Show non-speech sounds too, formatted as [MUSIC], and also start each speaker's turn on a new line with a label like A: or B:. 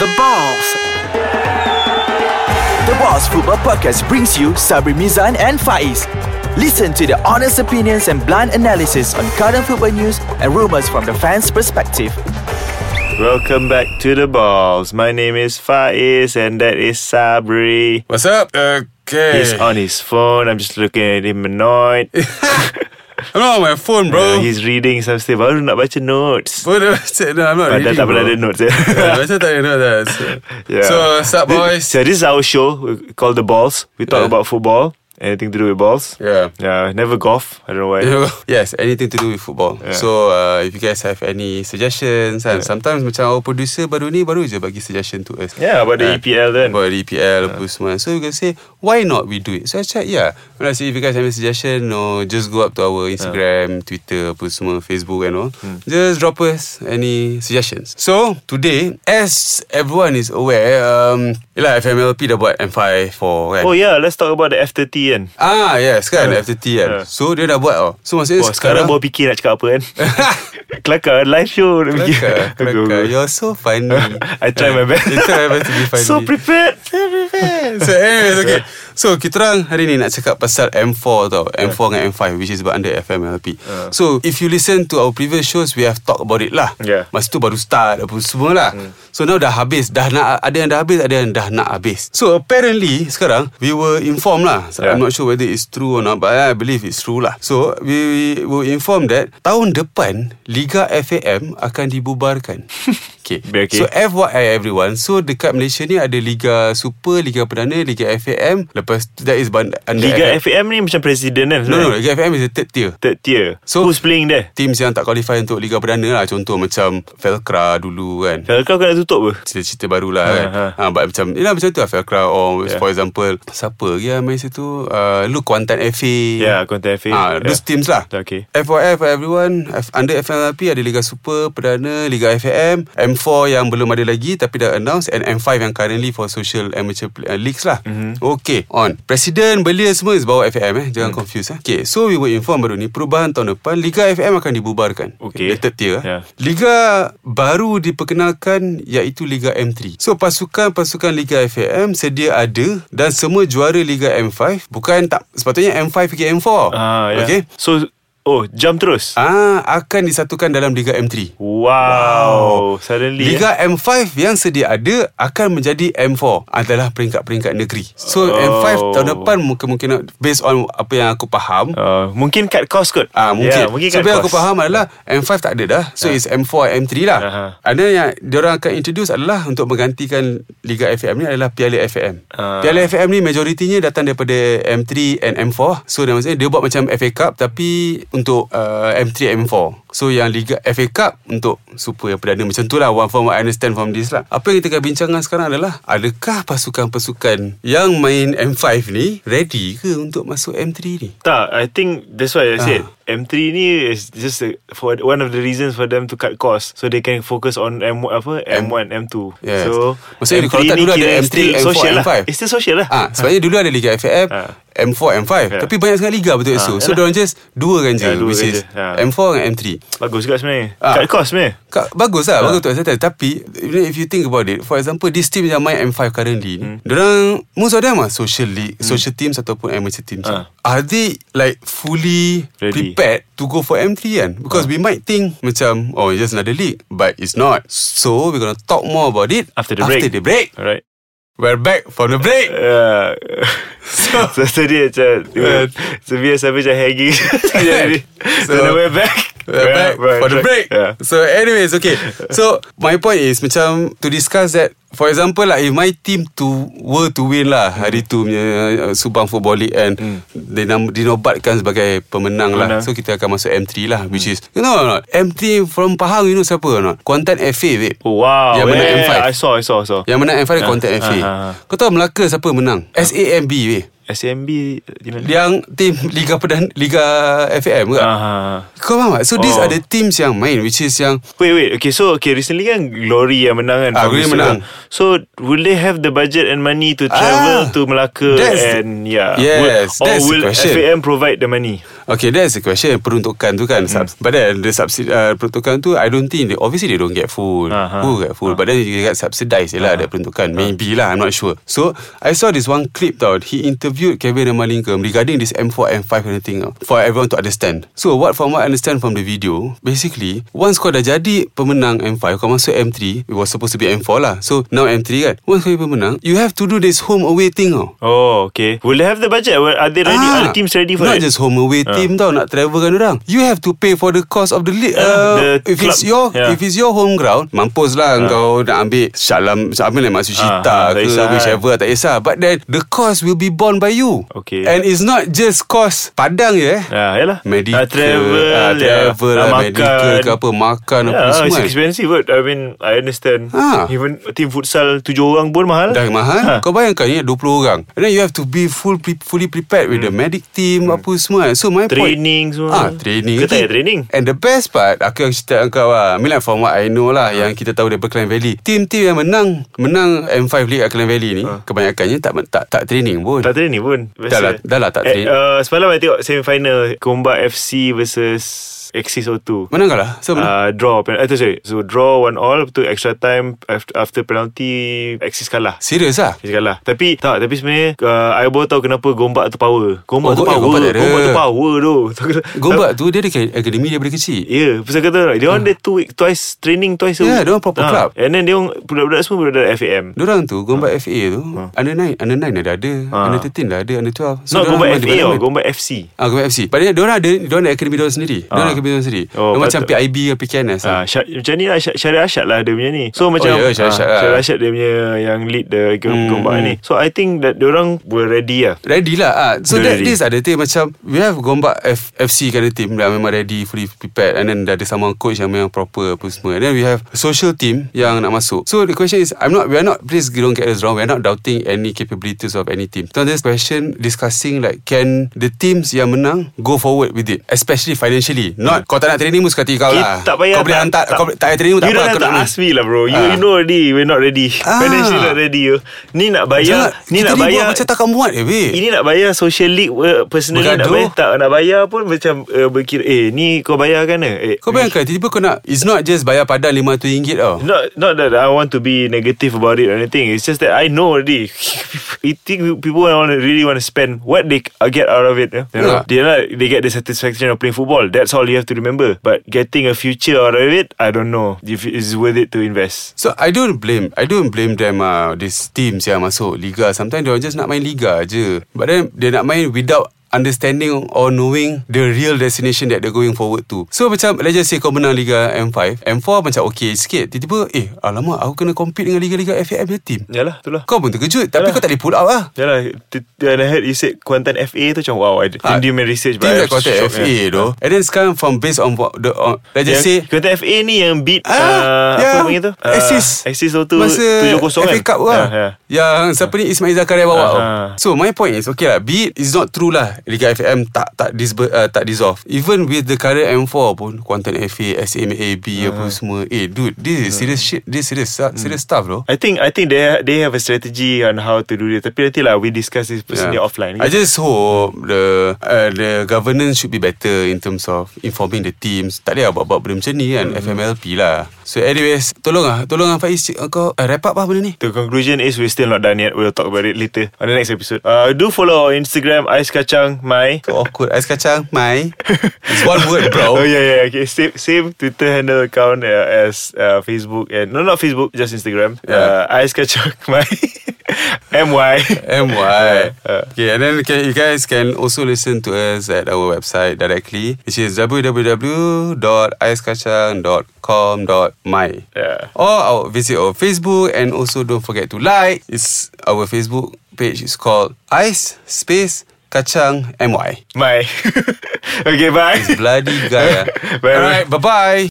A: The Balls.
B: The Boss Football Podcast brings you Sabri Mizan and Faiz. Listen to their honest opinions and blunt analysis on current football news and rumors from the fans' perspective.
C: Welcome back to the balls. My name is Faiz and that is Sabri.
D: What's up? Okay.
C: He's on his phone. I'm just looking at him annoyed.
D: I'm not on my phone,
C: Uh,
D: [LAUGHS] bro.
C: he's reading something baru nak baca notes.
D: What do I [LAUGHS] say? no, I'm not
C: Padahal
D: reading.
C: tak pernah
D: bro.
C: ada
D: [LAUGHS]
C: notes eh.
D: Yeah, macam tak ada notes lah. So,
C: [LAUGHS] Yeah.
D: so what's up,
C: Thi- [LAUGHS]
D: boys?
C: So this is our show we- called The Balls. We talk
D: Yeah.
C: about football. Anything to do with balls.
D: Yeah.
C: Yeah, never golf. I don't know why.
D: [LAUGHS] yes, anything to do with football.
C: Yeah.
D: So, uh, if you guys have any suggestions, and sometimes macam our producer baru ni baru je bagi suggestion to us.
C: Yeah, about the E
D: Uh,
C: EPL then.
D: About the EPL apa
C: Ah.
D: semua. So you can say why not we do it? So I said yeah. When I say if you guys have any suggestion, no, just go up to our
C: Ah.
D: Instagram, Twitter apa semua, Facebook and all.
C: Hmm.
D: Just drop us any suggestions. So today, as everyone is aware, um, yelah FMLP dah buat M5 for kan.
C: Oh yeah, let's talk about the F30 kan.
D: Ah yes kan
C: Yeah.
D: After tea
C: Yeah.
D: kan So dia dah buat tau So maksudnya
C: Wah, sekarang baru fikir nak cakap apa kan. Kelakar live show. [LAUGHS] nak fikir.
D: [LAUGHS] Kelakar
C: Go, go, [LAUGHS]
D: Kelakar
C: go.
D: You're so funny
C: [LAUGHS] I try my
D: [LAUGHS]
C: best.
D: You try my
C: [LAUGHS]
D: best to be funny
C: So prepared.
D: So anyways Eh,
C: eh.
D: okay So kita orang hari ni nak cakap pasal M4 tau M4 dengan M5 Which is under FMLP So if you listen to our previous shows We have talked about it lah
C: Yeah. Hmm.
D: Masa tu baru start Apa semua lah So now dah habis Dah nak Ada yang dah habis Ada yang dah nak habis So apparently Sekarang We were informed lah so,
C: Yeah.
D: I'm not sure whether it's true or not But I believe it's true lah So we were informed that Tahun depan Liga FAM Akan
C: [LAUGHS]
D: dibubarkan Okay.
C: Okay.
D: So FYI everyone So dekat Malaysia ni Ada Liga Super Liga Perdana Liga FAM Lepas tu That is band- under
C: Liga FAM ni macam presiden kan.
D: No no Liga FAM is the third tier
C: Third tier. So,
D: So-
C: Who's playing there?
D: Teams yang tak qualify Untuk Liga Perdana lah Contoh macam Felkra dulu kan
C: Kalau kau kena tutup ke?
D: cerita-cerita baru lah
C: Ha,
D: kan.
C: ha.
D: Ha, but macam, yelah macam tu lah Felkra or
C: Yeah.
D: yeah. for example, siapa lagi yang main situ? Uh, Lu Kuantan FA.
C: Yeah, Kuantan FA.
D: Ah,
C: Yeah.
D: Those teams lah.
C: Okay.
D: FYI for everyone, F- under FMLP ada Liga Super, Perdana, Liga FAM, M4 yang belum ada lagi tapi dah announce and M5 yang currently for social amateur pl- uh, leagues lah.
C: Mhm.
D: Mm-hmm. Okay, on. Presiden belia semua is bawah FAM eh. Jangan mm.
C: Hmm.
D: confuse eh. Okay, so we were informed baru ni perubahan tahun depan Liga FAM akan dibubarkan.
C: Okay.
D: The third tier. eh.
C: Yeah.
D: Liga baru diperkenalkan iaitu Liga M3. So pasukan-pasukan Liga FAM sedia ada dan semua juara Liga M5 bukan tak sepatutnya M5 pergi M4.
C: Ah, yeah.
D: Okay.
C: So, oh, jump terus.
D: Ah akan disatukan dalam Liga M3.
C: Wow. Suddenly. eh.
D: Liga M5 yang sedia ada akan menjadi M4 adalah peringkat-peringkat negeri. So
C: Oh.
D: M5 tahun depan mungkin based on apa yang aku faham
C: Uh, mungkin cut cost kot.
D: Ah mungkin.
C: Yeah, mungkin
D: so
C: cut
D: bila
C: cost.
D: aku faham adalah M5 tak ada dah. So it's M4 M3 lah.
C: Ah. Aha.
D: Ada yang diorang akan introduce adalah untuk menggantikan Liga FAM ni adalah Piala FAM.
C: Ah.
D: Piala FAM ni majoritinya datang daripada M3 and M4. So dia maksudnya dia buat macam FA Cup tapi untuk uh, M3 M4. So yang Liga FA Cup untuk super yang perdana macam tu lah one from what I understand from this lah. Apa yang kita akan bincangkan sekarang adalah adakah pasukan-pasukan yang main M5 ni ready ke untuk masuk M3 ni?
C: Tak, I think that's why I said
D: Ah.
C: M3 ni is just a, for one of the reasons for them to cut cost so they can focus on M apa
D: M-
C: M1 M2.
D: Yes.
C: So
D: Maksudnya kalau tak
C: ni
D: dulu ada
C: kira
D: M3,
C: still
D: M4,
C: social lah.
D: M5.
C: It's still social lah. [LAUGHS]
D: Ah, sebenarnya dulu ada Liga FAF,
C: Ah.
D: M4, M5.
C: Ya.
D: Tapi banyak sangat liga betul
C: Ah,
D: esok.
C: yalah.
D: So, diorang just dua kan je.
C: Ya, dua
D: which
C: kan
D: is
C: je. Ah.
D: M4 dengan M3.
C: Bagus juga sebenarnya.
D: Ah.
C: Cut cost sebenarnya.
D: Kak, bagus
C: Ya.
D: lah, bagus tu saya Tapi, you know, if you think about it, for example, this team yang main M5 currently, hmm. diorang, most of them are social league, social teams ataupun amateur teams.
C: Hmm. Ah.
D: Are they like fully
C: Ready. Ah.
D: prepared to go for M3 kan? Because we might think macam, oh, it's just another league. But it's not. So, we're going to talk more about it
C: After the break.
D: After the break. [LAUGHS]
C: Alright.
D: We're back from the break.
C: [LAUGHS] Uh, so, so dia macam
D: Yeah.
C: So biasa macam
D: [LAUGHS]
C: hanging [LAUGHS] Jadi, So,
D: So,
C: now we're back
D: We're back for the break.
C: yeah.
D: So, anyways, okay. So, my point is macam to discuss that. For example, like if my team to were to win lah
C: Hmm.
D: hari tu punya uh, Subang Football League and dinam, dinobatkan sebagai pemenang lah.
C: Pemenang. Hmm.
D: So kita akan masuk M3 lah, which is you know or not? M3 from Pahang, you know siapa or not? Kuantan FA, babe.
C: Oh, Wow
D: Yang menang
C: yeah,
D: M5.
C: I saw I saw, I saw.
D: Yang menang M5 ada Kuantan
C: ah,
D: FA.
C: ah, ah.
D: Kau tahu Melaka siapa menang? SAMB, babe.
C: SMB di mana?
D: Yang tim Liga Perdana Liga FAM ke? Uh.
C: Aha.
D: Kau faham tak? So these
C: Ah. Oh.
D: are the teams yang main which is yang
C: Wait, wait. Okay, so okay, recently kan Glory yang menang kan?
D: Ah,
C: from
D: Glory
C: Israel
D: menang.
C: kan? So, will they have the budget and money to travel
D: Ah,
C: to Melaka
D: that's-
C: and yeah?
D: Yes,
C: will, or
D: that's the
C: will
D: question.
C: FAM provide the money?
D: Okay, that's the question. Peruntukan tu kan. Mm. But then the subsidi, uh, peruntukan tu, I don't think, they, obviously they don't get full.
C: Aha.
D: Uh-huh. Who get full? Uh-huh. But then you get subsidized je lah uh-huh. that peruntukan. Maybe lah, I'm not sure. So, I saw this one clip tau. He interviewed Kevin Ramalingam regarding this M4, M5 kind of thing tau, for everyone to understand. So, what from what I understand from the video, basically, once kau dah jadi pemenang M5, kau masuk M3, it was supposed to be M4 lah. So, now M3 kan. Once kau jadi pemenang, you have to do this home away thing uh. tau.
C: Oh, okay. Will they have the budget? Well, Are they ready? Are the teams ready for
D: Ah.
C: it?
D: Not just home away
C: Ah.
D: team tau Nak travel kan orang You have to pay for the cost of the league uh,
C: the
D: If it's
C: club.
D: your
C: Yeah.
D: If it's your home ground Mampus lah Kau nak ambil Shalom Apa ni
C: Ah,
D: maksud Shita
C: tak
D: ke
C: kisah.
D: Whichever tak kisah But then The cost will be borne by you
C: Okay.
D: And it's not just cost Padang je eh
C: Ah, yalah.
D: Medical
C: ah, travel,
D: ah, Travel
C: yeah.
D: lah Medical ke apa Makan apa
C: Yeah, oh, it's
D: semua kan.
C: expensive but I mean I understand.
D: Ah.
C: Even team futsal tujuh orang pun mahal.
D: Dah mahal
C: Ha.
D: Kau bayangkan ni 20 orang And then you have to be full, pre- Fully prepared With
C: Hmm.
D: the medic team Apa semua eh. So my point
C: Training semua.
D: Ah, training.
C: Kau tak payah training.
D: And the best part, aku yang cerita dengan kau lah. I mean like from what I know lah, yang kita tahu daripada Klang Valley. Tim-tim yang menang, menang M5 League kat Klang Valley ni, kebanyakannya tak tak tak training pun.
C: Ah. Tak training pun biasa.
D: Dah lah- dah lah tak train.
C: eh, uh, Semalam saya tengok Semi-final Komba FC versus Axis O2
D: Menang kalah? So, menang.
C: Uh, draw pen- eh, tu, sorry. So draw one all Lepas tu extra time After, after penalty Axis kalah
D: Serius lah?
C: Axis kalah Tapi tak Tapi sebenarnya uh, I baru tahu kenapa Gombak tu power Gombak
D: Oh,
C: tu
D: Gombak-
C: power
D: Gombak tak ada.
C: Gombak tu power tu So, aku-
D: Gombak tu, dia dekat akademi daripada kecil.
C: Ya yeah, Pasal kata orang Dia orang dia two week Twice Training twice a
D: Yeah,
C: week
D: Ya, dia orang proper
C: Ah,
D: club.
C: And then dia orang Budak-budak semua Budak-budak FAM
D: Diorang tu, Gombak FA tu, under 9, under 9 dah ada,
C: Ah.
D: under 13 dah ada, under 12.
C: So Not
D: diorang
C: Gombak
D: memang
C: FA or
D: development.
C: Gombak FC
D: Ah, Gombak FC. Padahal diorang ada, diorang ada akademi diorang sendiri. Diorang
C: Ah.
D: ada akademi diorang sendiri.
C: Oh,
D: Oh, macam
C: patut.
D: PIB ke PKNS lah.
C: Ah, Syar, macam ni lah Syar- Syariah Asyad lah dia punya ni So macam
D: ya, Syariah
C: ah,
D: Asyad lah.
C: Syariah Asyad dia punya Yang lead the
D: Hmm,
C: Gombak
D: hmm.
C: ni So I think that Diorang were ready lah
D: Ready lah ah. So
C: Dia
D: that,
C: ready.
D: this are the thing Macam We have Gombak F, FC kind of team Yang memang ready Fully prepared And then dah ada sama coach Yang memang proper Apa semua And then we have Social team Yang nak masuk So the question is I'm not We are not Please don't get us wrong We are not doubting Any capabilities of any team So this question Discussing like Can the teams yang menang Go forward with it Especially financially Not Kau tak nak training pun Sekati kau lah
C: Kita tak payah
D: Kau boleh hantar
C: tak,
D: Kau boleh- tak payah training pun tak
C: You
D: apa
C: don't have
D: Kau
C: to
D: nak
C: ask me lah bro You,
D: Ah.
C: you know already We're not ready
D: Ah.
C: Financially not ready you Ni nak bayar
D: Jangan-
C: Ni
D: kita
C: nak
D: ni buat
C: bayar
D: Macam takkan muat eh weh.
C: ini nak bayar social league uh, personally nak
D: Bergaduh.
C: bayar tak nak bayar pun macam uh, berkira eh ni kau bayar kan eh
D: Kau bayangkan tiba-tiba kau nak It's not just bayar padan RM500 tau
C: Not not that I want to be negative about it or anything. It's just that I know already. [LAUGHS] you think people want to really want to spend what they c- get out of it. eh? You know,
D: Yeah.
C: they like, they get the satisfaction of playing football. That's all you have to remember. But getting a future out of it, I don't know if it's worth it to invest.
D: So I don't blame I don't blame them uh, These teams yang masuk Liga Sometimes they just nak main Liga je But then They nak main without Understanding or knowing The real destination That they're going forward to So macam Let's just say kau menang Liga M5 M4 macam okay sikit Tiba-tiba Eh alamak Aku kena compete dengan Liga-Liga FAM punya team
C: Yalah, itulah.
D: Kau pun terkejut Tapi
C: Ya. Yalah.
D: kau tak boleh pull out lah
C: Yalah, lah. Ya t- t- and I heard you said Kuantan FA tu macam wow, I didn't do my research. but
D: Team
C: I
D: Ah, that
C: was
D: contact
C: shocked,
D: FA
C: yeah.
D: though eh, And then sekarang from Based on, what the, on Let's just say
C: Yang, Kuantan FA ni yang beat
D: Ah,
C: ah, uh,
D: ya.
C: apa panggil tu? Ah,
D: Axis.
C: Axis tu
D: Masa
C: 7-0 kan?
D: FA Cup lah.
C: Ya, ya. Ah,
D: Yang siapa ni Ismail Zakaria bawa.
C: Aha.
D: tau. So my point is okay lah. Be it it's not true lah. Liga FAM tak tak disbe, uh, tak dissolve. Even with the current M4 pun Kuantan FA, SMAB
C: Ah.
D: apa semua. Eh dude, this is serious shit. This serious
C: Hmm.
D: serious stuff though.
C: I think I think they they have a strategy on how to do this. Tapi nanti lah we discuss this personally
D: Yeah.
C: offline.
D: I just hope the uh, the governance should be better in terms of informing the teams. Tak boleh lah buat-buat benda macam ni kan.
C: Hmm.
D: FMLP lah. So anyways, tolong lah. Tolong lah Faiz. cik, Kau uh, wrap up lah benda ni.
C: The conclusion is we're still not done yet. We'll talk about it later on the next episode. Uh, do follow our Instagram Ais Kacang [LAUGHS] My.
D: So awkward Ais kacang My It's one word
C: [LAUGHS] Oh
D: bro
C: yeah yeah okay same same Twitter handle account uh, as uh, Facebook and no not Facebook just Instagram.
D: Yeah.
C: Uh, Ais Kacang My. [LAUGHS] M Y.
D: MY
C: Uh.
D: Okay and then you can- you guys can also listen to us At our website directly Which is www.aiskacang.com.my
C: Yeah.
D: Or our, visit our Facebook And also don't forget to like It's Our Facebook page is called Ice Space Kacang MY
C: My. [LAUGHS] okay bye.
D: Bloody guy ah.
C: [LAUGHS] Bye.
D: Alright bye bye